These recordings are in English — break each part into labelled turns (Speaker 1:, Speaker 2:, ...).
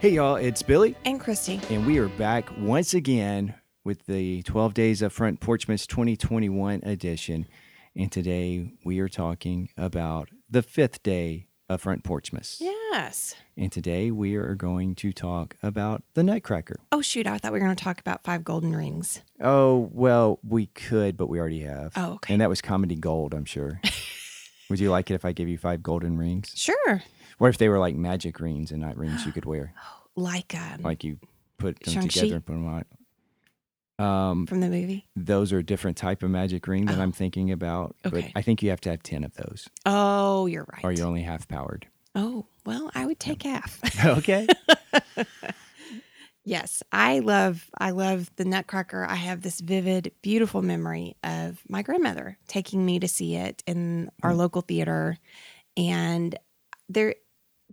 Speaker 1: Hey, y'all, it's Billy,
Speaker 2: And Christy.
Speaker 1: and we are back once again with the 12 Days of Front Porchman's 2021 edition. And today we are talking about the fifth day of Front Porchmas.
Speaker 2: Yes.
Speaker 1: And today we are going to talk about the Nutcracker.
Speaker 2: Oh, shoot. I thought we were going to talk about five golden rings.
Speaker 1: Oh, well, we could, but we already have.
Speaker 2: Oh, okay.
Speaker 1: And that was comedy gold, I'm sure. Would you like it if I gave you five golden rings?
Speaker 2: Sure.
Speaker 1: What if they were like magic rings and not rings you could wear?
Speaker 2: Like um,
Speaker 1: Like you put them
Speaker 2: Shang-Chi?
Speaker 1: together and put them on. Um,
Speaker 2: from the movie.
Speaker 1: those are a different type of magic ring that I'm thinking about.
Speaker 2: Oh. Okay.
Speaker 1: But I think you have to have 10 of those
Speaker 2: Oh, you're right.
Speaker 1: or you're only half powered.
Speaker 2: Oh, well, I would take half.
Speaker 1: okay.
Speaker 2: yes. I love, I love the Nutcracker. I have this vivid, beautiful memory of my grandmother taking me to see it in our
Speaker 1: Mm.
Speaker 2: local theater. And there,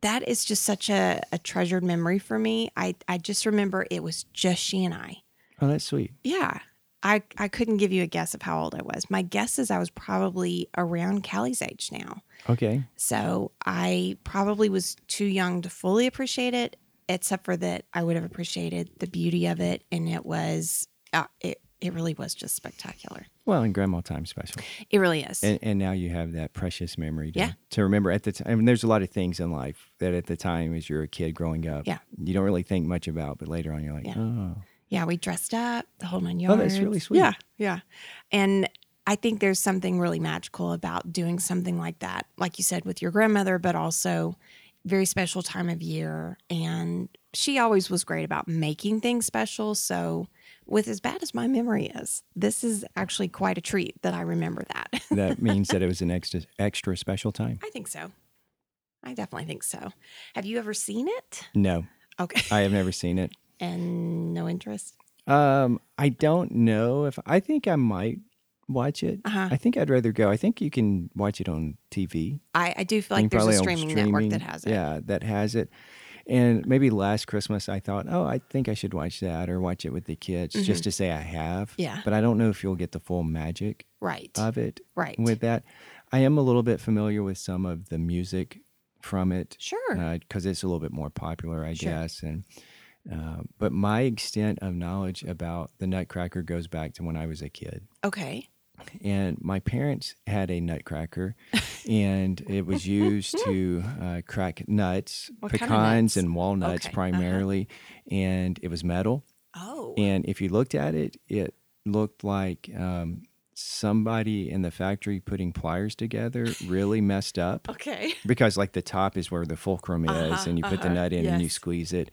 Speaker 2: that is just such a, a treasured memory for me. I, I just remember it was just she and I.
Speaker 1: Oh, that's sweet.
Speaker 2: Yeah. I, I couldn't give you a guess of how old I was. My guess is I was probably around Callie's age now.
Speaker 1: Okay.
Speaker 2: So I probably was too young to fully appreciate it, except for that I would have appreciated the beauty of it. And it was, uh, it, it really was just spectacular.
Speaker 1: Well, and grandma time special.
Speaker 2: It really is.
Speaker 1: And, and now you have that precious memory to,
Speaker 2: Yeah.
Speaker 1: to remember at the time. I mean, there's a lot of things in life that at the time as you're a kid growing up,
Speaker 2: Yeah.
Speaker 1: you don't really think much about, but later on you're like,
Speaker 2: Yeah.
Speaker 1: oh,
Speaker 2: Yeah, we dressed up the whole nine yards.
Speaker 1: Oh, that's really sweet.
Speaker 2: Yeah, yeah. And I think there's something really magical about doing something like that, like you said, with your grandmother, but also very special time of year. And she always was great about making things special. So, with as bad as my memory is, this is actually quite a treat that I remember that.
Speaker 1: that means that it was an extra, extra special time.
Speaker 2: I think so. I definitely think so. Have you ever seen it?
Speaker 1: No,
Speaker 2: Okay.
Speaker 1: I have never seen it.
Speaker 2: And no interest?
Speaker 1: Um, I don't know if I think I might watch it.
Speaker 2: Uh-huh.
Speaker 1: I think I'd rather go. I think you can watch it on TV.
Speaker 2: I, I do feel
Speaker 1: You
Speaker 2: like there's a
Speaker 1: probably on
Speaker 2: streaming, network that
Speaker 1: streaming.
Speaker 2: has it.
Speaker 1: Yeah, that has it. And maybe last Christmas I thought, oh, I think I should watch that or watch it with the kids just to say I have.
Speaker 2: Mm-hmm. Yeah.
Speaker 1: But I don't know if you'll get the full magic
Speaker 2: Right.
Speaker 1: of it
Speaker 2: right.
Speaker 1: with that. I am a little bit familiar with some of the music from it
Speaker 2: Sure.
Speaker 1: because it's a little bit more popular, I
Speaker 2: Sure.
Speaker 1: guess. And uh, but my extent of knowledge about the Nutcracker goes back to when I was a kid,
Speaker 2: okay.
Speaker 1: and my parents had a Nutcracker, and it was used to uh, crack nuts,
Speaker 2: What kind
Speaker 1: pecans,
Speaker 2: of nuts?
Speaker 1: and walnuts
Speaker 2: Okay, uh-huh.
Speaker 1: primarily, and it was metal.
Speaker 2: Oh.
Speaker 1: And if you looked at it, it looked like um, somebody in the factory putting pliers together really messed up
Speaker 2: okay.
Speaker 1: because like the top is where the fulcrum is
Speaker 2: Uh-huh,
Speaker 1: and you put the
Speaker 2: uh-huh,
Speaker 1: nut in and you
Speaker 2: yes.
Speaker 1: squeeze it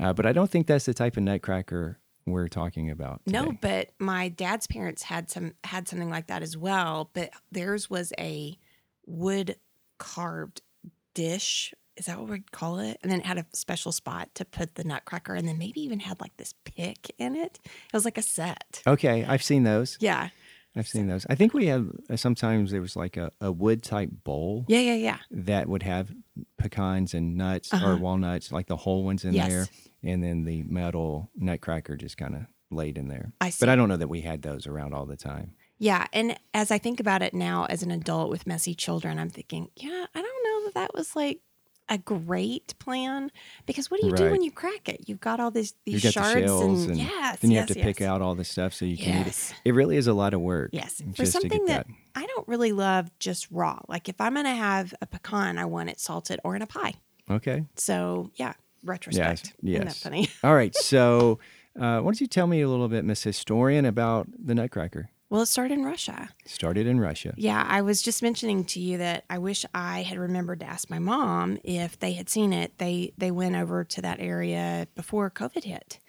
Speaker 1: uh, but i don't think that's the type of nutcracker we're talking about
Speaker 2: No,
Speaker 1: today.
Speaker 2: but my dad's parents had some had something like that as well, but theirs was a wood carved dish. Is that what we'd call it? And then it had a special spot to put the nutcracker and then maybe even had like this pick in it. It was like a set.
Speaker 1: okay i've seen those
Speaker 2: Yeah.
Speaker 1: i've seen those i think we have uh, sometimes there was like a, a wood type bowl
Speaker 2: Yeah, yeah, yeah.
Speaker 1: that would have pecans and nuts or
Speaker 2: Uh-huh.
Speaker 1: walnuts like the whole ones in
Speaker 2: Yes.
Speaker 1: there and then the metal nutcracker just kind of laid in there
Speaker 2: I
Speaker 1: but
Speaker 2: see.
Speaker 1: i don't know that we had those around all the time
Speaker 2: Yeah, and as I think about it now as an adult with messy children, I'm thinking, yeah, I don't know that that was like a great plan because what do you do
Speaker 1: Right.
Speaker 2: when you crack it? You've got all these these
Speaker 1: you got the
Speaker 2: shards
Speaker 1: shells
Speaker 2: and,
Speaker 1: and
Speaker 2: yes,
Speaker 1: then you
Speaker 2: yes,
Speaker 1: have to
Speaker 2: yes.
Speaker 1: pick out all the stuff so you can eat it
Speaker 2: Yes.
Speaker 1: it really is a lot of work
Speaker 2: Yes. For
Speaker 1: just to
Speaker 2: something
Speaker 1: get
Speaker 2: that,
Speaker 1: that
Speaker 2: I don't really love just raw. Like if I'm going to have a pecan, I want it salted or in a pie.
Speaker 1: Okay.
Speaker 2: So, yeah, retrospect. Isn't that
Speaker 1: yes.
Speaker 2: funny?
Speaker 1: All right. So, uh, why don't you tell me a little bit, Miss Historian, about the Nutcracker?
Speaker 2: Well, it started in Russia.
Speaker 1: Started in Russia.
Speaker 2: Yeah, I was just mentioning to you that I wish I had remembered to ask my mom if they had seen it. They they went over to that area before COVID hit.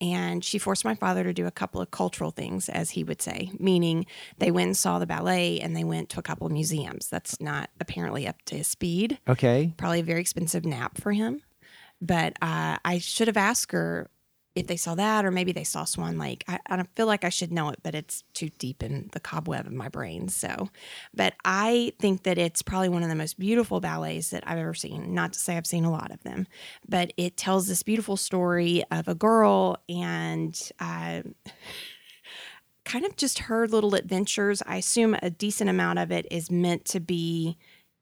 Speaker 2: And she forced my father to do a couple of cultural things, as he would say, meaning they went and saw the ballet and they went to a couple of museums. That's not apparently up to his speed.
Speaker 1: Okay.
Speaker 2: Probably a very expensive nap for him. But uh, I should have asked her if they saw that or maybe they saw Swan Lake. I, I don't feel like I should know it, but it's too deep in the cobweb of my brain. So, but I think that it's probably one of the most beautiful ballets that I've ever seen. Not to say I've seen a lot of them, but it tells this beautiful story of a girl and uh, kind of just her little adventures. I assume a decent amount of it is meant to be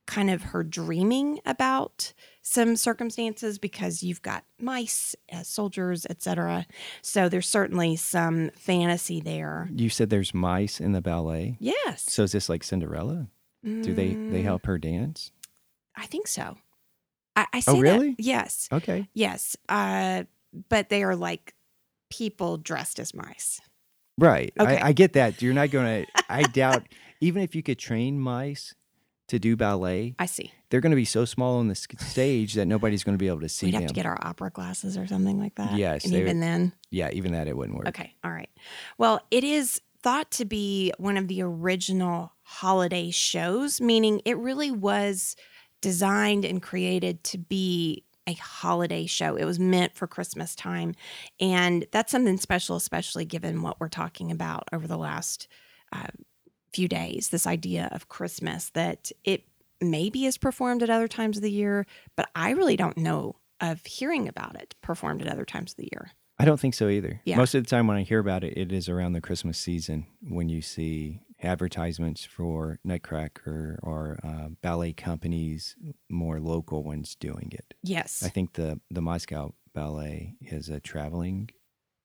Speaker 2: kind of her dreaming about some circumstances because you've got mice, uh, soldiers, etc. So there's certainly some fantasy there.
Speaker 1: You said there's mice in the ballet.
Speaker 2: Yes.
Speaker 1: So is this like Cinderella? Do they they
Speaker 2: Mm,
Speaker 1: help her dance?
Speaker 2: I think so. I, I say that-
Speaker 1: Oh, really?
Speaker 2: yes,
Speaker 1: Okay.
Speaker 2: yes. Uh, but they are like people dressed as mice.
Speaker 1: Right.
Speaker 2: Okay.
Speaker 1: I, I get that. You're not going to, I doubt, even if you could train mice to do ballet,
Speaker 2: I see.
Speaker 1: they're going to be so small on the s- stage that nobody's going to be able to see
Speaker 2: We'd
Speaker 1: them.
Speaker 2: have to get our opera glasses or something like that.
Speaker 1: Yes,
Speaker 2: and
Speaker 1: they
Speaker 2: even then,
Speaker 1: yeah, even that it wouldn't work.
Speaker 2: Okay. All right. Well, it is thought to be one of the original holiday shows, meaning it really was designed and created to be a holiday show. It was meant for Christmas time. And that's something special, especially given what we're talking about over the last uh, few days this idea of Christmas that it maybe is performed at other times of the year, but I really don't know of hearing about it performed at other times of the year.
Speaker 1: I don't think so either.
Speaker 2: Yeah.
Speaker 1: Most of the time when I hear about it, it is around the Christmas season when you see advertisements for Nutcracker or uh, ballet companies, more local ones doing it.
Speaker 2: Yes.
Speaker 1: I think the the Moscow Ballet is a traveling.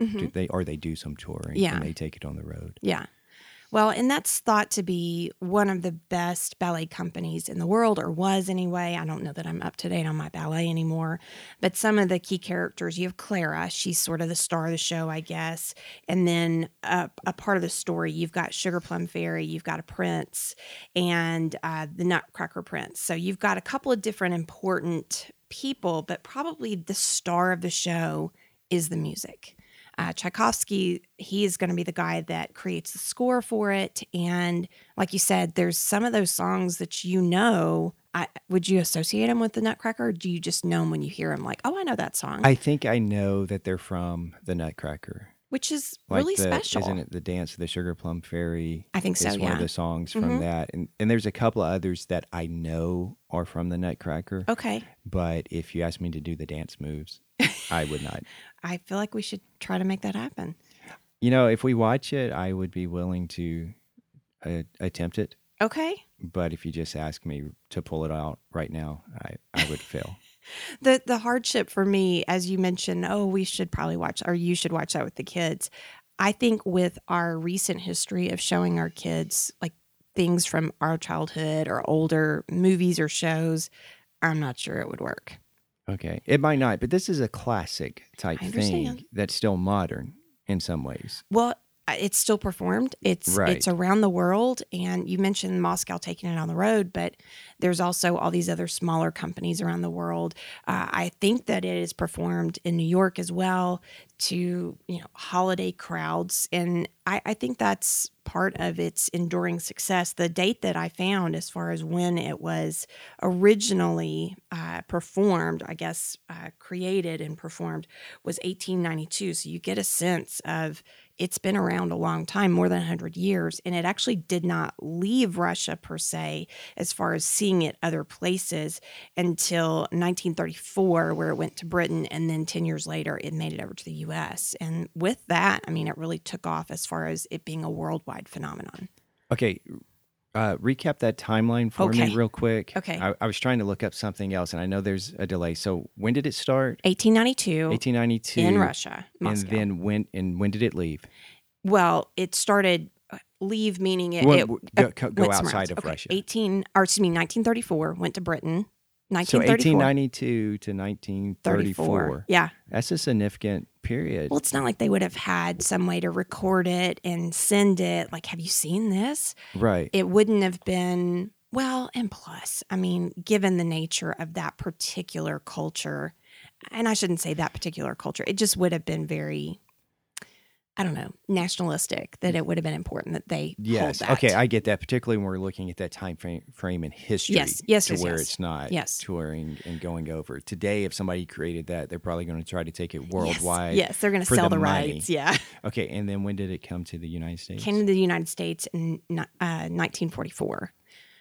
Speaker 2: Mhm.
Speaker 1: They or they do some touring.
Speaker 2: Yeah.
Speaker 1: and they take it on the road.
Speaker 2: Yeah. Well, and that's thought to be one of the best ballet companies in the world, or was anyway. I don't know that I'm up to date on my ballet anymore, but some of the key characters you have Clara, she's sort of the star of the show, I guess. And then a, a part of the story, you've got Sugar Plum Fairy, you've got a prince, and uh, the Nutcracker Prince. So you've got a couple of different important people, but probably the star of the show is the music uh, Tchaikovsky, he is going to be the guy that creates the score for it. And like you said, there's some of those songs that you know. I, would you associate them with the Nutcracker? Or do you just know them when you hear them? Like, oh, I know that song,
Speaker 1: I think I know that they're from the Nutcracker.
Speaker 2: which is
Speaker 1: Like
Speaker 2: really
Speaker 1: the,
Speaker 2: special.
Speaker 1: isn't it? The dance of the Sugar Plum Fairy
Speaker 2: I think
Speaker 1: is
Speaker 2: so.
Speaker 1: one
Speaker 2: Yeah.
Speaker 1: of the songs
Speaker 2: Mhm.
Speaker 1: from that, and and there's a couple of others that I know are from the Nutcracker.
Speaker 2: okay.
Speaker 1: But if you asked me to do the dance moves, I would not.
Speaker 2: I feel like we should try to make that happen.
Speaker 1: You know, if we watch it, I would be willing to uh, attempt it.
Speaker 2: Okay.
Speaker 1: But if you just ask me to pull it out right now, I, I would fail.
Speaker 2: the the hardship for me as you mentioned oh we should probably watch or you should watch that with the kids i think with our recent history of showing our kids like things from our childhood or older movies or shows i'm not sure it would work
Speaker 1: Okay. It might not, but this is a classic type
Speaker 2: I
Speaker 1: thing
Speaker 2: understand.
Speaker 1: that's still modern in some ways.
Speaker 2: well I- it's still performed it's
Speaker 1: Right.
Speaker 2: it's around the world and you mentioned moscow taking it on the road but there's also all these other smaller companies around the world uh, i think that it is performed in new york as well to you know holiday crowds and I, I think that's part of its enduring success the date that i found as far as when it was originally uh, performed i guess uh, created and performed was 1892 so you get a sense of it's been around a long time more than 100 years and it actually did not leave russia per se as far as seeing it other places until 1934 where it went to britain and then 10 years later it made it over to the us and with that i mean it really took off as far as it being a worldwide phenomenon
Speaker 1: Okay. Uh, recap that timeline for
Speaker 2: Okay.
Speaker 1: me real quick.
Speaker 2: Okay.
Speaker 1: I, I was trying to look up something else and I know there's a delay. So when did it start?
Speaker 2: 1892
Speaker 1: 1892.
Speaker 2: in
Speaker 1: And
Speaker 2: russia moscow
Speaker 1: then when and when did it leave?
Speaker 2: well it started uh, leave meaning it,
Speaker 1: Well,
Speaker 2: it
Speaker 1: w- go go- go
Speaker 2: went somewhere
Speaker 1: outside
Speaker 2: else.
Speaker 1: of
Speaker 2: Okay,
Speaker 1: Russia.
Speaker 2: 18 or excuse me 1934 went to britain
Speaker 1: So
Speaker 2: 1934
Speaker 1: 1892 to 1934.
Speaker 2: Yeah.
Speaker 1: That's a significant period.
Speaker 2: Well, it's not like they would have had some way to record it and send it. Like, have you seen this?
Speaker 1: right.
Speaker 2: It wouldn't have been, well, and plus, I mean, given the nature of that particular culture, and I shouldn't say that particular culture, it just would have been very, I don't know, nationalistic that it would have been important that they
Speaker 1: yes.
Speaker 2: hold that.
Speaker 1: Okay, I get that. Particularly when we're looking at that time frame, frame in history.
Speaker 2: Yes, yes,
Speaker 1: To
Speaker 2: yes,
Speaker 1: where
Speaker 2: yes.
Speaker 1: it's not
Speaker 2: Yes.
Speaker 1: touring and going over today. If somebody created that, they're probably going to try to take it worldwide.
Speaker 2: Yes, yes they're going to
Speaker 1: for
Speaker 2: sell
Speaker 1: the
Speaker 2: the,
Speaker 1: money.
Speaker 2: rights. Yeah.
Speaker 1: Okay, and then when did it come to the United States?
Speaker 2: Came to the United States in uh, 1944.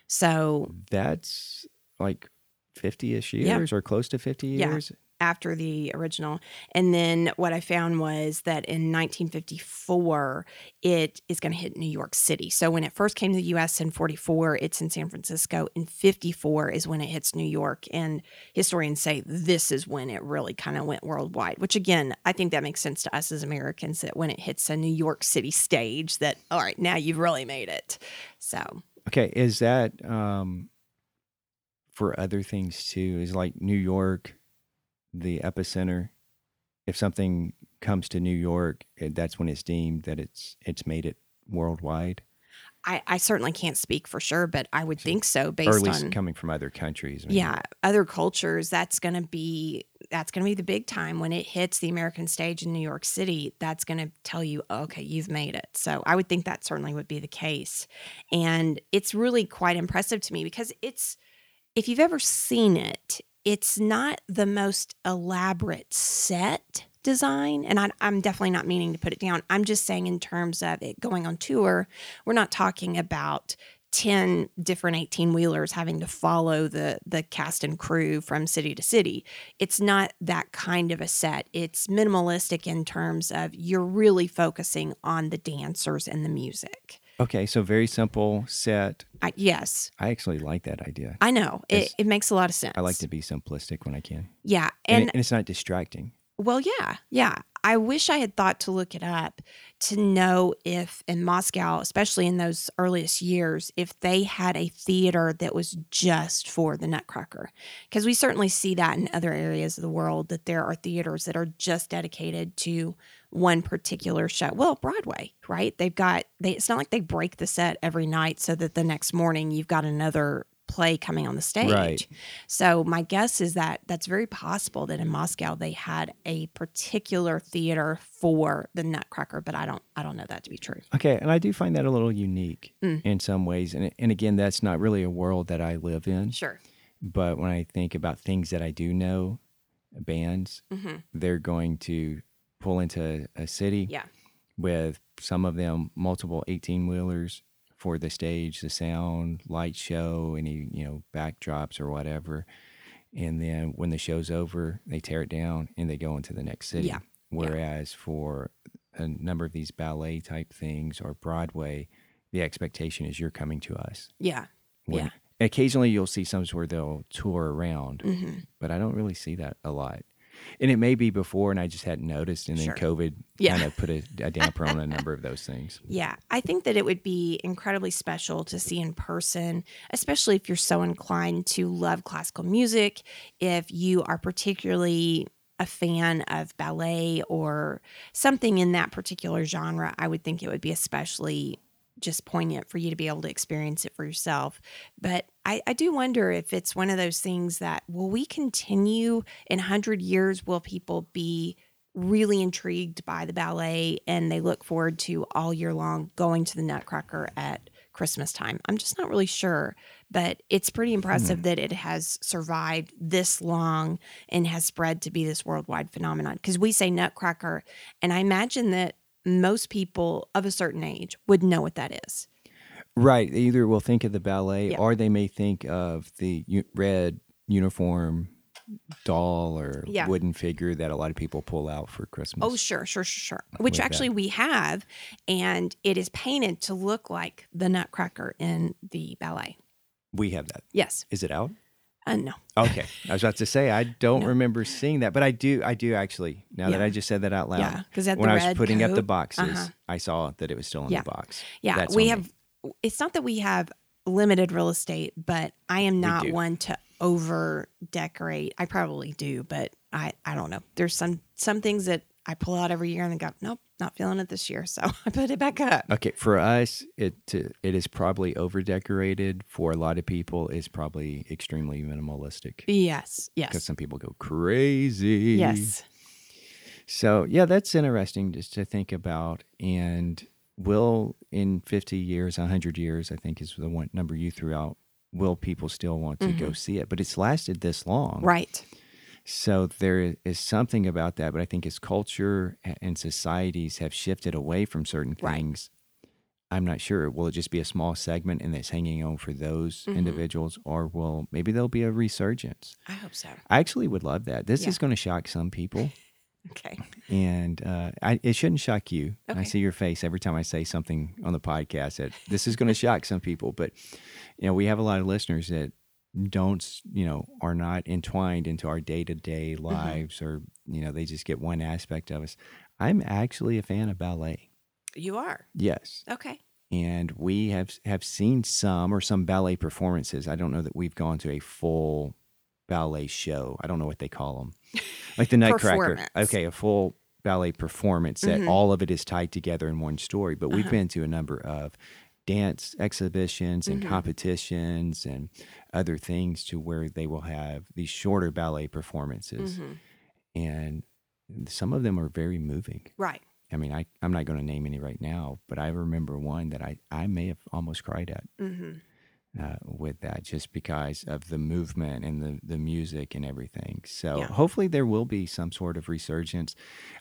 Speaker 2: So
Speaker 1: That's like fifty-ish
Speaker 2: Yeah.
Speaker 1: years or close to fifty
Speaker 2: Yeah.
Speaker 1: years.
Speaker 2: after the original. And then what I found was that in 1954, it is going to hit New York City. So when it first came to the US in 44, it's in San Francisco. In 54 is when it hits New York. And historians say this is when it really kind of went worldwide, which again, I think that makes sense to us as Americans that when it hits a New York City stage, that, all right, now you've really made it. So.
Speaker 1: Okay, is that um, for other things too? Is like New York the epicenter? If something comes to New York, eh, that's when it's deemed that it's it's made it worldwide,
Speaker 2: I, I certainly can't speak for sure, but I would think so based
Speaker 1: or at least
Speaker 2: on
Speaker 1: coming from other countries. I mean,
Speaker 2: yeah other cultures that's going to be that's going to be the big time when it hits the american stage in new york city that's going to tell you okay you've made it so i would think that certainly would be the case and it's really quite impressive to me because it's if you've ever seen it it's not the most elaborate set design and I, i'm definitely not meaning to put it down i'm just saying in terms of it going on tour we're not talking about 10 different 18 wheelers having to follow the the cast and crew from city to city it's not that kind of a set it's minimalistic in terms of you're really focusing on the dancers and the music
Speaker 1: Okay, so very simple set.
Speaker 2: I, yes
Speaker 1: I actually like that idea.
Speaker 2: i know it,
Speaker 1: It's-
Speaker 2: it makes a lot of sense
Speaker 1: I like to be simplistic when I can,
Speaker 2: yeah
Speaker 1: and,
Speaker 2: and
Speaker 1: it- and it's not distracting.
Speaker 2: Well, yeah, yeah. I wish I had thought to look it up to know if in Moscow, especially in those earliest years, if they had a theater that was just for the Nutcracker. Because we certainly see that in other areas of the world that there are theaters that are just dedicated to one particular show. Well, Broadway, right? They've got they it's not like they break the set every night so that the next morning you've got another play coming on the stage.
Speaker 1: Right.
Speaker 2: So my guess is that that's very possible that in Moscow they had a particular theater for the Nutcracker, but I don't I don't know that to be true.
Speaker 1: Okay, and I do find that a little unique
Speaker 2: Mm.
Speaker 1: in some ways, and and again, that's not really a world that I live in.
Speaker 2: Sure.
Speaker 1: But when I think about things that I do know, bands,
Speaker 2: hmm
Speaker 1: they're going to pull into a city
Speaker 2: Yeah.
Speaker 1: with some of them multiple 18 wheelers for the stage, the sound, light show, any, you know, backdrops or whatever. And then when the show's over, they tear it down and they go into the next city.
Speaker 2: Yeah.
Speaker 1: Whereas for a number of these ballet type things or Broadway, the expectation is you're coming to us.
Speaker 2: Yeah.
Speaker 1: When-
Speaker 2: Yeah.
Speaker 1: Occasionally you'll see some where they'll tour around
Speaker 2: hmm
Speaker 1: but I don't really see that a lot. And it may be before, and I just hadn't noticed. And then
Speaker 2: Sure.
Speaker 1: COVID
Speaker 2: Yeah.
Speaker 1: kind of put a, a damper on a number of those things.
Speaker 2: Yeah, I think that it would be incredibly special to see in person, especially if you're so inclined to love classical music, if you are particularly a fan of ballet or something in that particular genre, I would think it would be especially just poignant for you to be able to experience it for yourself. But I, I do wonder if it's one of those things that will we continue in 100 years? Will people be really intrigued by the ballet and they look forward to all year long going to the Nutcracker at Christmas time. I'm just not really sure, but it's pretty impressive that it has survived this long and has spread to be this worldwide phenomenon. Because we say Nutcracker, and I imagine that most people of a certain age would know what that is.
Speaker 1: Right. They either will think of the ballet
Speaker 2: Yeah.
Speaker 1: or they may think of the u- red uniform doll or
Speaker 2: Yeah.
Speaker 1: wooden figure that a lot of people pull out for Christmas.
Speaker 2: Oh, sure, sure, sure, sure. Which
Speaker 1: Way
Speaker 2: actually we have, and it is painted to look like the Nutcracker in the ballet.
Speaker 1: we have that.
Speaker 2: Yes.
Speaker 1: Is it out?
Speaker 2: Uh, no.
Speaker 1: Okay. I was about to say, I don't
Speaker 2: No.
Speaker 1: remember seeing that, but I do, I do actually, now that
Speaker 2: Yeah.
Speaker 1: I just said that out loud.
Speaker 2: Yeah, because at
Speaker 1: When
Speaker 2: the
Speaker 1: I was
Speaker 2: red
Speaker 1: putting up the
Speaker 2: coat-
Speaker 1: boxes,
Speaker 2: Uh-huh.
Speaker 1: I saw that it was still in
Speaker 2: Yeah.
Speaker 1: the box.
Speaker 2: Yeah,
Speaker 1: That's
Speaker 2: we
Speaker 1: on me.
Speaker 2: have. It's not that we have limited real estate, but I am not
Speaker 1: do.
Speaker 2: one to over decorate. I probably do, but I I don't know. There's some some things that I pull out every year and I go, nope, not feeling it this year, so I put it back up.
Speaker 1: Okay, for us, it to, it is probably over decorated. For a lot of people, it's probably extremely minimalistic because
Speaker 2: Yes, yes,
Speaker 1: some people go crazy.
Speaker 2: yes.
Speaker 1: So yeah, that's interesting just to think about. And will in fifty years, hundred years, I think is the one number you threw out. Will people still want to
Speaker 2: Mm-hmm.
Speaker 1: go see it? But it's lasted this long,
Speaker 2: Right.
Speaker 1: so there is something about that, but I think as culture a- and societies have shifted away from certain
Speaker 2: Right.
Speaker 1: things, I'm not sure. Will it just be a small segment and it's hanging on for those
Speaker 2: Mhm.
Speaker 1: individuals, or will maybe there'll be a resurgence?
Speaker 2: I hope so.
Speaker 1: I actually would love that. This
Speaker 2: Yeah.
Speaker 1: is going to shock some people,
Speaker 2: Okay.
Speaker 1: and uh, I, it shouldn't shock you. I
Speaker 2: Okay.
Speaker 1: see your face every time I say something on the podcast that this is going to shock some people, but you know we have a lot of listeners that don't, s- you know, are not entwined into our day to day lives, or you know they just get one aspect of us. I'm actually a fan of ballet.
Speaker 2: You are.
Speaker 1: Yes
Speaker 2: Okay.
Speaker 1: and we have have seen some or some ballet performances. I don't know that we've gone to a full ballet show. I don't know what they call them, like the Nutcracker.
Speaker 2: Performance.
Speaker 1: Okay, a full ballet performance that
Speaker 2: Mhm.
Speaker 1: all of it is tied together in one story. But we've
Speaker 2: Uh-huh.
Speaker 1: been to a number of dance exhibitions and
Speaker 2: Mhm.
Speaker 1: competitions and other things to where they will have these shorter ballet performances,
Speaker 2: hmm
Speaker 1: and some of them are very moving.
Speaker 2: Right.
Speaker 1: I mean, I, I'm not going to name any right now, but I remember one that I, I may have almost cried at
Speaker 2: hmm
Speaker 1: uh, with that just because of the movement and the, the music and everything. So
Speaker 2: Yeah.
Speaker 1: hopefully there will be some sort of resurgence.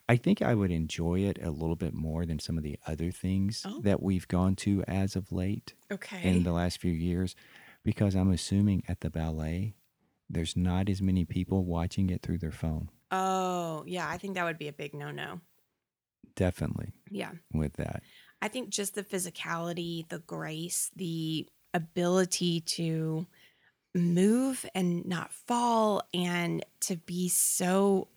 Speaker 1: I think I would enjoy it a little bit more than some of the other things
Speaker 2: Oh.
Speaker 1: that we've gone to as of late
Speaker 2: Okay.
Speaker 1: in the last few years because I'm assuming at the ballet, there's not as many people watching it through their phone.
Speaker 2: oh, yeah. I think that would be a big no no.
Speaker 1: Definitely
Speaker 2: Yeah.
Speaker 1: with that.
Speaker 2: I think just the physicality, the grace, the ability to move and not fall and to be so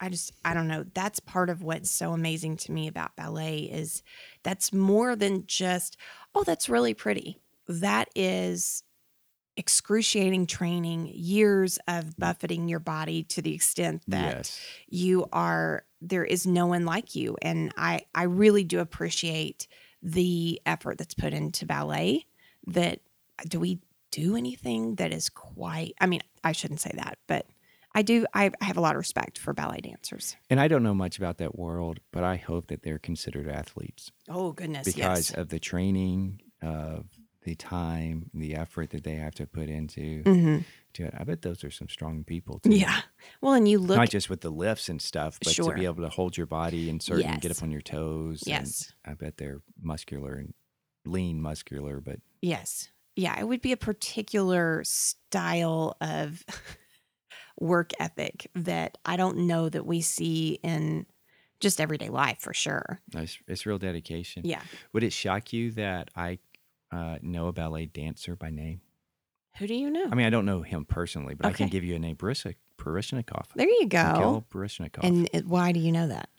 Speaker 2: I just I don't know that's part of what's so amazing to me about ballet is that's more than just oh that's really pretty that is excruciating training years of buffeting your body to the extent that
Speaker 1: yes.
Speaker 2: you are there is no one like you and i i really do appreciate the effort that's put into ballet that do we do anything that is quite i mean i shouldn't say that but i do i, I have a lot of respect for ballet dancers
Speaker 1: And I don't know much about that world, but I hope that they're considered athletes
Speaker 2: oh goodness
Speaker 1: because uh,
Speaker 2: yes
Speaker 1: of the training, of the time, the effort that they have to put into
Speaker 2: Mhm.
Speaker 1: to it. I bet those are some strong people too.
Speaker 2: yeah well and you look
Speaker 1: Not just with the lifts and stuff, but
Speaker 2: Sure.
Speaker 1: to be able to hold your body and certain get
Speaker 2: Yes.
Speaker 1: up on your toes. and
Speaker 2: Yes.
Speaker 1: I bet they're muscular and lean muscular, but
Speaker 2: Yes. Yeah, it would be a particular style of work ethic that I don't know that we see in just everyday life for sure.
Speaker 1: it's, it's real dedication.
Speaker 2: Yeah.
Speaker 1: Would it shock you that I uh, know a ballet dancer by name?
Speaker 2: Who do you know?
Speaker 1: I mean, I don't know him personally, but I can
Speaker 2: Oh. Okay.
Speaker 1: give you a name, Barisa Parishnikov.
Speaker 2: there you go.
Speaker 1: Mikhail Baryshnikov.
Speaker 2: And it, why do you know that?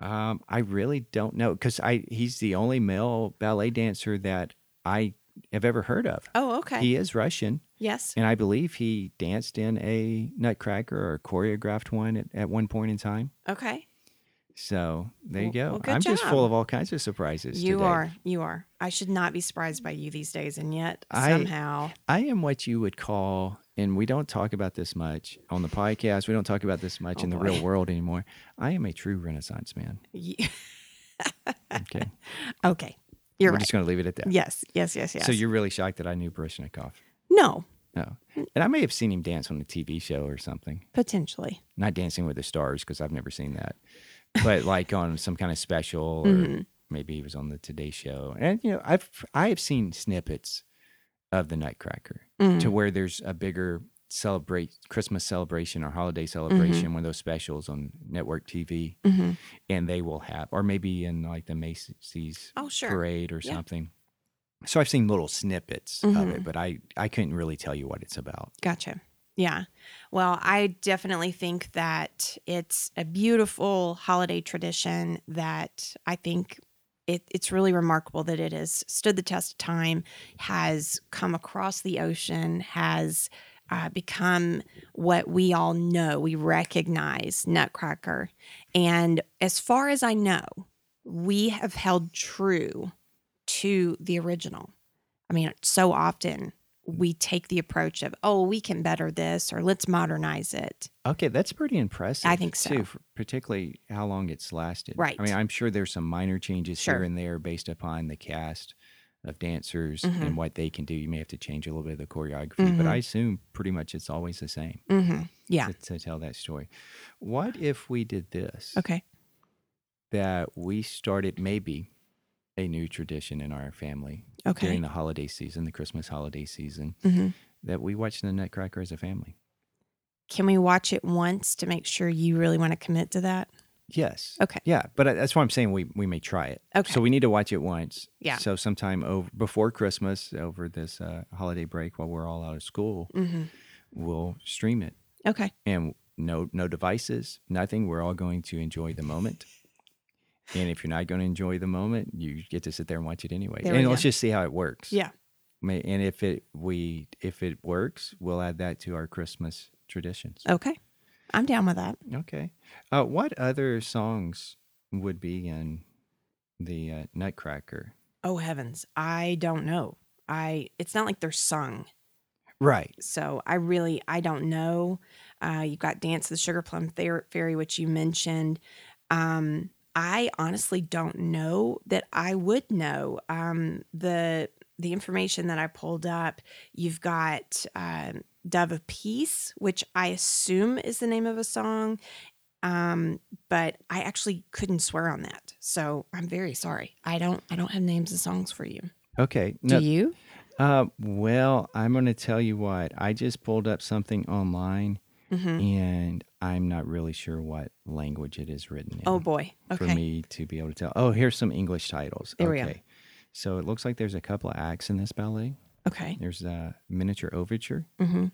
Speaker 1: um, I really don't know because I he's the only male ballet dancer that I have ever heard of.
Speaker 2: Oh, okay.
Speaker 1: He is Russian,
Speaker 2: yes.
Speaker 1: and I believe he danced in a Nutcracker or choreographed one at, at one point in time.
Speaker 2: Okay.
Speaker 1: So there you
Speaker 2: Well-
Speaker 1: go.
Speaker 2: well, good
Speaker 1: I'm just full
Speaker 2: job.
Speaker 1: of all kinds of surprises.
Speaker 2: You
Speaker 1: today.
Speaker 2: are. You are. I should not be surprised by you these days. And yet,
Speaker 1: I-
Speaker 2: somehow,
Speaker 1: I am what you would call, and we don't talk about this much on the podcast. We don't talk about this much
Speaker 2: Oh,
Speaker 1: in the
Speaker 2: boy.
Speaker 1: real world anymore. I am a true Renaissance man.
Speaker 2: you,
Speaker 1: Okay,
Speaker 2: okay. You're
Speaker 1: we're
Speaker 2: right.
Speaker 1: just going to leave it at that.
Speaker 2: Yes. Yes. Yes. Yes.
Speaker 1: So you're really shocked that I knew Baryshnikov.
Speaker 2: no,
Speaker 1: No. Oh.
Speaker 2: Mm.
Speaker 1: And I may have seen him dance on a TV show or something.
Speaker 2: potentially.
Speaker 1: Not Dancing with the Stars because I've never seen that, but like on some kind of special, or
Speaker 2: Mhm.
Speaker 1: maybe he was on the Today Show. And you know, I've I have seen snippets of the Nutcracker
Speaker 2: Mm.
Speaker 1: to where there's a bigger celebrate Christmas celebration or holiday
Speaker 2: Mm-hmm.
Speaker 1: celebration, one of those specials on network TV,
Speaker 2: Mhm.
Speaker 1: and they will have, or maybe in like the Macy's
Speaker 2: Oh, sure.
Speaker 1: parade or
Speaker 2: Yeah.
Speaker 1: something. So I've seen little snippets of
Speaker 2: Mhm.
Speaker 1: it, but I I couldn't really tell you what it's about.
Speaker 2: Gotcha. Yeah. Well, I definitely think that it's a beautiful holiday tradition that I think it, it's really remarkable that it has stood the test of time, has come across the ocean, has uh, become what we all know. We recognize Nutcracker. And as far as I know, we have held true to the original. I mean, so often we take the approach of, oh, we can better this or let's modernize it.
Speaker 1: Okay, that's pretty impressive.
Speaker 2: I think so.
Speaker 1: Too, f- particularly how long it's lasted.
Speaker 2: Right.
Speaker 1: I mean, I'm sure there's some minor changes here
Speaker 2: Sure.
Speaker 1: and there based upon the cast of dancers
Speaker 2: Mhm.
Speaker 1: and what they can do. You may have to change a little bit of the choreography, but
Speaker 2: Mhm.
Speaker 1: I assume pretty much it's always the same
Speaker 2: Mm-hmm. Yeah.
Speaker 1: to, to tell that story. What if we did this?
Speaker 2: Okay.
Speaker 1: That we started maybe a new tradition in our family
Speaker 2: Okay.
Speaker 1: during the holiday season, the Christmas holiday season,
Speaker 2: Mhm.
Speaker 1: that we watch the Nutcracker as a family.
Speaker 2: Can we watch it once to make sure you really want to commit to that?
Speaker 1: Yes.
Speaker 2: Okay.
Speaker 1: Yeah, but I- that's why I'm saying we we may try it.
Speaker 2: Okay.
Speaker 1: So we need to watch it once.
Speaker 2: Yeah.
Speaker 1: So sometime over before Christmas, over this uh, holiday break, while we're all out of school,
Speaker 2: hmm
Speaker 1: we'll stream it
Speaker 2: Okay.
Speaker 1: and no no devices, nothing. We're all going to enjoy the moment. And if you're not going to enjoy the moment, you get to sit there and watch it anyway.
Speaker 2: There we
Speaker 1: and let's
Speaker 2: go.
Speaker 1: just see how it works.
Speaker 2: Yeah.
Speaker 1: May- And if it we if it works, we'll add that to our Christmas traditions.
Speaker 2: Okay. I'm down with that.
Speaker 1: Okay. Uh, what other songs would be in the uh, Nutcracker?
Speaker 2: Oh heavens, I don't know. I it's not like they're sung.
Speaker 1: Right.
Speaker 2: So I really I don't know. Uh, you've got Dance of the Sugar Plum Fair- Fairy, which you mentioned. Um, I honestly don't know that I would know um, the the information that I pulled up. You've got um, Dove of Peace, which I assume is the name of a song, um, but I actually couldn't swear on that. So I'm very sorry. I don't I don't have names of songs for you.
Speaker 1: Okay.
Speaker 2: Do
Speaker 1: No,
Speaker 2: you?
Speaker 1: uh, well, I'm going to tell you what. I just pulled up something online
Speaker 2: hmm
Speaker 1: and I'm not really sure what language it is written in
Speaker 2: Oh boy.
Speaker 1: for
Speaker 2: Okay.
Speaker 1: me to be able to tell. Oh, here's some English titles.
Speaker 2: There we
Speaker 1: okay.
Speaker 2: go.
Speaker 1: So it looks like there's a couple of acts in this ballet.
Speaker 2: Okay.
Speaker 1: There's a miniature overture.
Speaker 2: hmm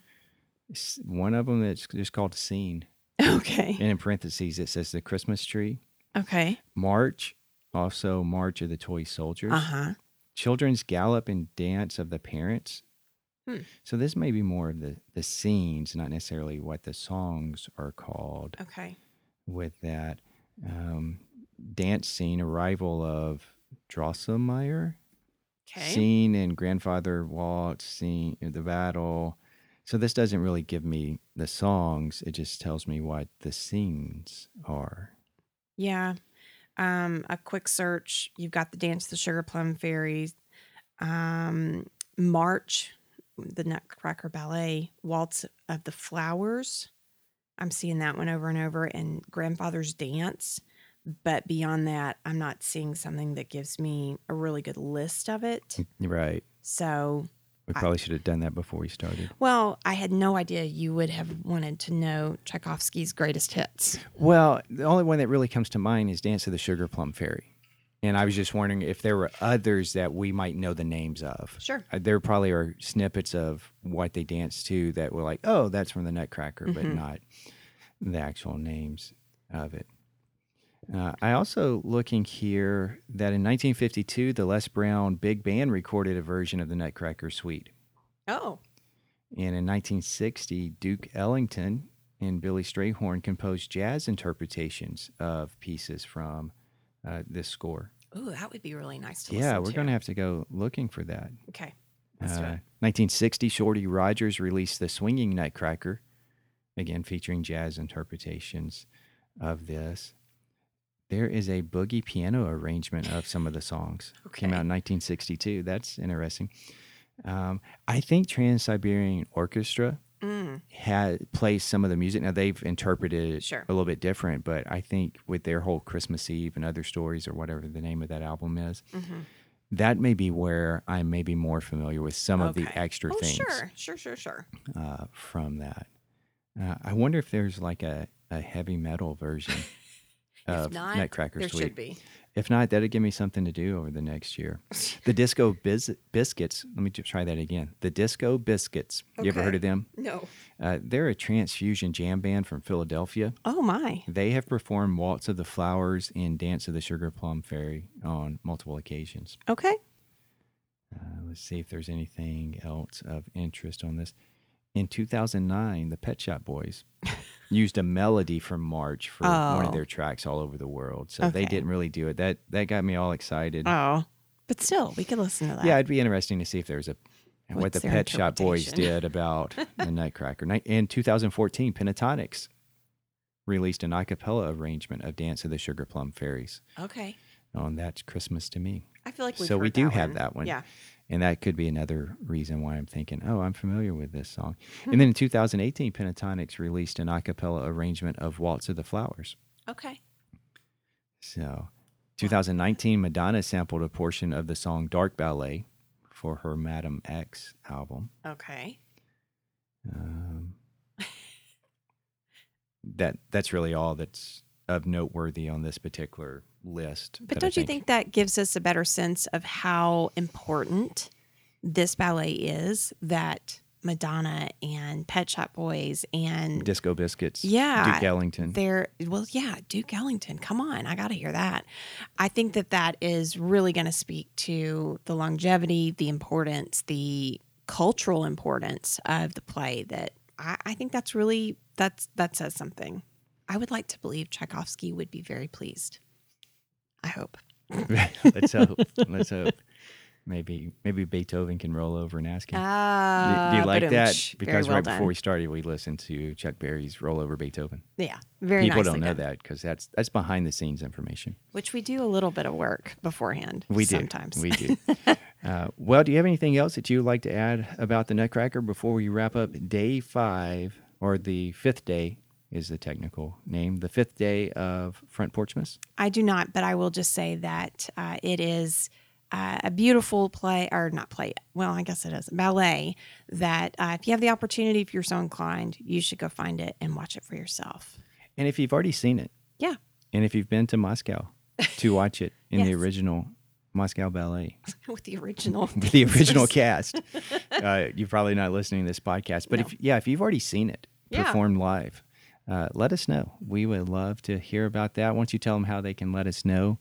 Speaker 1: S- One of them that's just called Scene.
Speaker 2: Okay.
Speaker 1: And in parentheses, it says the Christmas tree.
Speaker 2: Okay.
Speaker 1: March, also March of the Toy Soldiers,
Speaker 2: Uh huh.
Speaker 1: Children's Gallop and Dance of the Parents.
Speaker 2: Hmm.
Speaker 1: So this may be more of the, the scenes, not necessarily what the songs are called
Speaker 2: Okay.
Speaker 1: with that um, dance scene, arrival of Drosselmeyer
Speaker 2: Okay.
Speaker 1: scene and grandfather waltz scene, the battle. So this doesn't really give me the songs. It just tells me what the scenes are.
Speaker 2: Yeah. Um, a quick search. You've got the Dance of the Sugar Plum Fairies, um, March, the Nutcracker Ballet, Waltz of the Flowers. I'm seeing that one over and over, and Grandfather's Dance. But beyond that, I'm not seeing something that gives me a really good list of
Speaker 1: Hmm.
Speaker 2: it.
Speaker 1: Right.
Speaker 2: So,
Speaker 1: We
Speaker 2: I-
Speaker 1: probably should have done that before we started.
Speaker 2: well, I had no idea you would have wanted to know Tchaikovsky's greatest hits.
Speaker 1: Well, the only one that really comes to mind is Dance of the Sugar Plum Fairy. And I was just wondering if there were others that we might know the names of.
Speaker 2: Sure.
Speaker 1: Uh, There probably are snippets of what they danced to that were like, oh, that's from the Nutcracker, but
Speaker 2: Mhm.
Speaker 1: not the actual names of it. Uh, I also looking here that in 1952, the Les Brown Big Band recorded a version of the Nutcracker Suite.
Speaker 2: Oh,
Speaker 1: And in 1960, Duke Ellington and Billy Strayhorn composed jazz interpretations of pieces from uh, this score.
Speaker 2: Ooh, that would be really nice to
Speaker 1: yeah,
Speaker 2: listen
Speaker 1: we're
Speaker 2: to.
Speaker 1: going to have to go looking for that.
Speaker 2: Okay.
Speaker 1: Uh,
Speaker 2: Let's do it.
Speaker 1: 1960, Shorty Rogers released The Swinging Nutcracker, again featuring jazz interpretations of this. There is a boogie piano arrangement of some of the songs. Came out in 1962. That's interesting. Um, I think Trans Siberian Orchestra
Speaker 2: Mm,
Speaker 1: had plays some of the music. Now they've interpreted it
Speaker 2: Sure.
Speaker 1: a little bit different, but I think with their whole Christmas Eve and other stories or whatever the name of that album is,
Speaker 2: mhm.
Speaker 1: that may be where I may be more familiar with some of
Speaker 2: Okay.
Speaker 1: the extra
Speaker 2: Oh,
Speaker 1: things
Speaker 2: sure, sure, sure, sure.
Speaker 1: uh, from that. Uh, I wonder if there's like a, a heavy metal version of
Speaker 2: not,
Speaker 1: Nutcracker
Speaker 2: There
Speaker 1: Suite.
Speaker 2: should be.
Speaker 1: If not, that'd give me something to do over the next year. The Disco Biz- Biscuits. Let me just try that again. The Disco Biscuits. You ever
Speaker 2: Okay.
Speaker 1: heard of them?
Speaker 2: No.
Speaker 1: Uh, they're a transfusion jam band from Philadelphia.
Speaker 2: Oh my.
Speaker 1: They have performed Waltz of the Flowers and Dance of the Sugar Plum Fairy on multiple occasions.
Speaker 2: Okay.
Speaker 1: Uh, let's see if there's anything else of interest on this. In 2009, the Pet Shop Boys used a melody from March for one
Speaker 2: Oh.
Speaker 1: of their tracks all over the world. So they
Speaker 2: Okay.
Speaker 1: didn't really do it. That that got me all excited.
Speaker 2: Oh, but still, we could listen to that.
Speaker 1: Yeah, it'd be interesting to see if there was a and what
Speaker 2: What's
Speaker 1: the
Speaker 2: their
Speaker 1: Pet Shop Boys
Speaker 2: interpretation?
Speaker 1: did about the Nutcracker. Ni- In 2014, Pentatonics released an a cappella arrangement of Dance of the Sugar Plum Fairies
Speaker 2: Okay.
Speaker 1: on That's Christmas to Me.
Speaker 2: I feel like we've
Speaker 1: So we
Speaker 2: heard
Speaker 1: do
Speaker 2: that
Speaker 1: have
Speaker 2: one.
Speaker 1: that one.
Speaker 2: Yeah.
Speaker 1: And that could be another reason why I'm thinking, oh, I'm familiar with this song.
Speaker 2: Hmm.
Speaker 1: And then in 2018, Pentatonics released an a cappella arrangement of Waltz of the Flowers.
Speaker 2: Okay.
Speaker 1: So 2019, Madonna sampled a portion of the song Dark Ballet for her Madam X album.
Speaker 2: Okay.
Speaker 1: Um, that that's really all that's of noteworthy on this particular list.
Speaker 2: But
Speaker 1: that I
Speaker 2: don't you think that gives us a better sense of how important this ballet is that Madonna and Pet Shop Boys and
Speaker 1: Disco Biscuits?
Speaker 2: yeah,
Speaker 1: Duke Ellington.
Speaker 2: there well yeah, Duke Ellington, come on, I got to hear that. I think that that is really going to speak to the longevity, the importance, the cultural importance of the play that I, I think that's really that's that says something. I would like to believe Tchaikovsky would be very pleased. I hope.
Speaker 1: let's hope. Let's hope. Maybe maybe Beethoven can roll over and ask him. Do-
Speaker 2: Ah,
Speaker 1: do you like that?
Speaker 2: ba-dum-tsh. Very
Speaker 1: Because
Speaker 2: well
Speaker 1: right
Speaker 2: done.
Speaker 1: before we started, we listened to Chuck Berry's "Roll Over Beethoven."
Speaker 2: yeah, very
Speaker 1: People
Speaker 2: nicely
Speaker 1: don't know
Speaker 2: done.
Speaker 1: that because that's that's behind the scenes information.
Speaker 2: Which we do a little bit of work beforehand.
Speaker 1: We do
Speaker 2: sometimes.
Speaker 1: We do. uh, well, do you have anything else that you would like to add about the Nutcracker before we wrap up day five or the fifth day? Is the technical name the fifth day of Front Porchmas?
Speaker 2: I do not, but I will just say that uh, it is uh, a beautiful play, or not play. Well, I guess it is ballet. That uh, if you have the opportunity, if you're so inclined, you should go find it and watch it for yourself.
Speaker 1: And if you've already seen it,
Speaker 2: Yeah,
Speaker 1: and if you've been to Moscow to watch it in the
Speaker 2: Yes.
Speaker 1: original Moscow Ballet,
Speaker 2: with the original.
Speaker 1: with the original cast. Uh, you're probably not listening to this podcast, but
Speaker 2: No.
Speaker 1: if yeah, if you've already seen it
Speaker 2: Yeah.
Speaker 1: performed live, uh, let us know. We would love to hear about that. Once you tell them how they can let us know,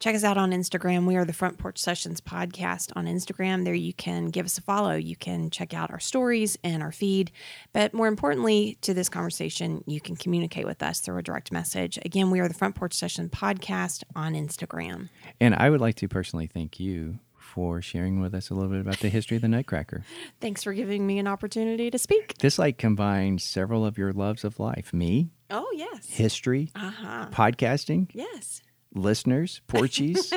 Speaker 2: Check us out on Instagram. We are the Front Porch Sessions podcast on Instagram. There you can give us a follow. You can check out our stories and our feed. But more importantly to this conversation, you can communicate with us through a direct message. Again, we are the Front Porch Session podcast on Instagram.
Speaker 1: and I would like to personally thank you for sharing with us a little bit about the history of the Nutcracker.
Speaker 2: Thanks for giving me an opportunity to speak.
Speaker 1: This like combines several of your loves of life: me,
Speaker 2: Oh, yes.
Speaker 1: history,
Speaker 2: Uh huh.
Speaker 1: podcasting,
Speaker 2: Yes.
Speaker 1: listeners, Porchies.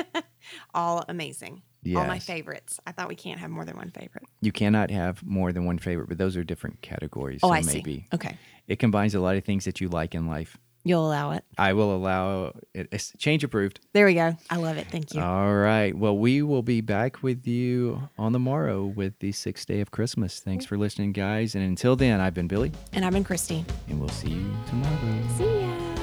Speaker 2: All amazing. All my
Speaker 1: Yes.
Speaker 2: favorites. I thought we can't have more than one favorite.
Speaker 1: you cannot have more than one favorite, but those are different categories.
Speaker 2: Oh,
Speaker 1: so
Speaker 2: I
Speaker 1: maybe
Speaker 2: see. Okay.
Speaker 1: it combines a lot of things that you like in life.
Speaker 2: You'll allow it.
Speaker 1: I will allow it. It's change approved.
Speaker 2: There we go. I love it. Thank you.
Speaker 1: All right. Well, we will be back with you on the morrow with the sixth day of Christmas. Thanks for listening, guys. And until then, I've been Billy,
Speaker 2: and I've been Christy.
Speaker 1: and we'll see you tomorrow.
Speaker 2: See ya.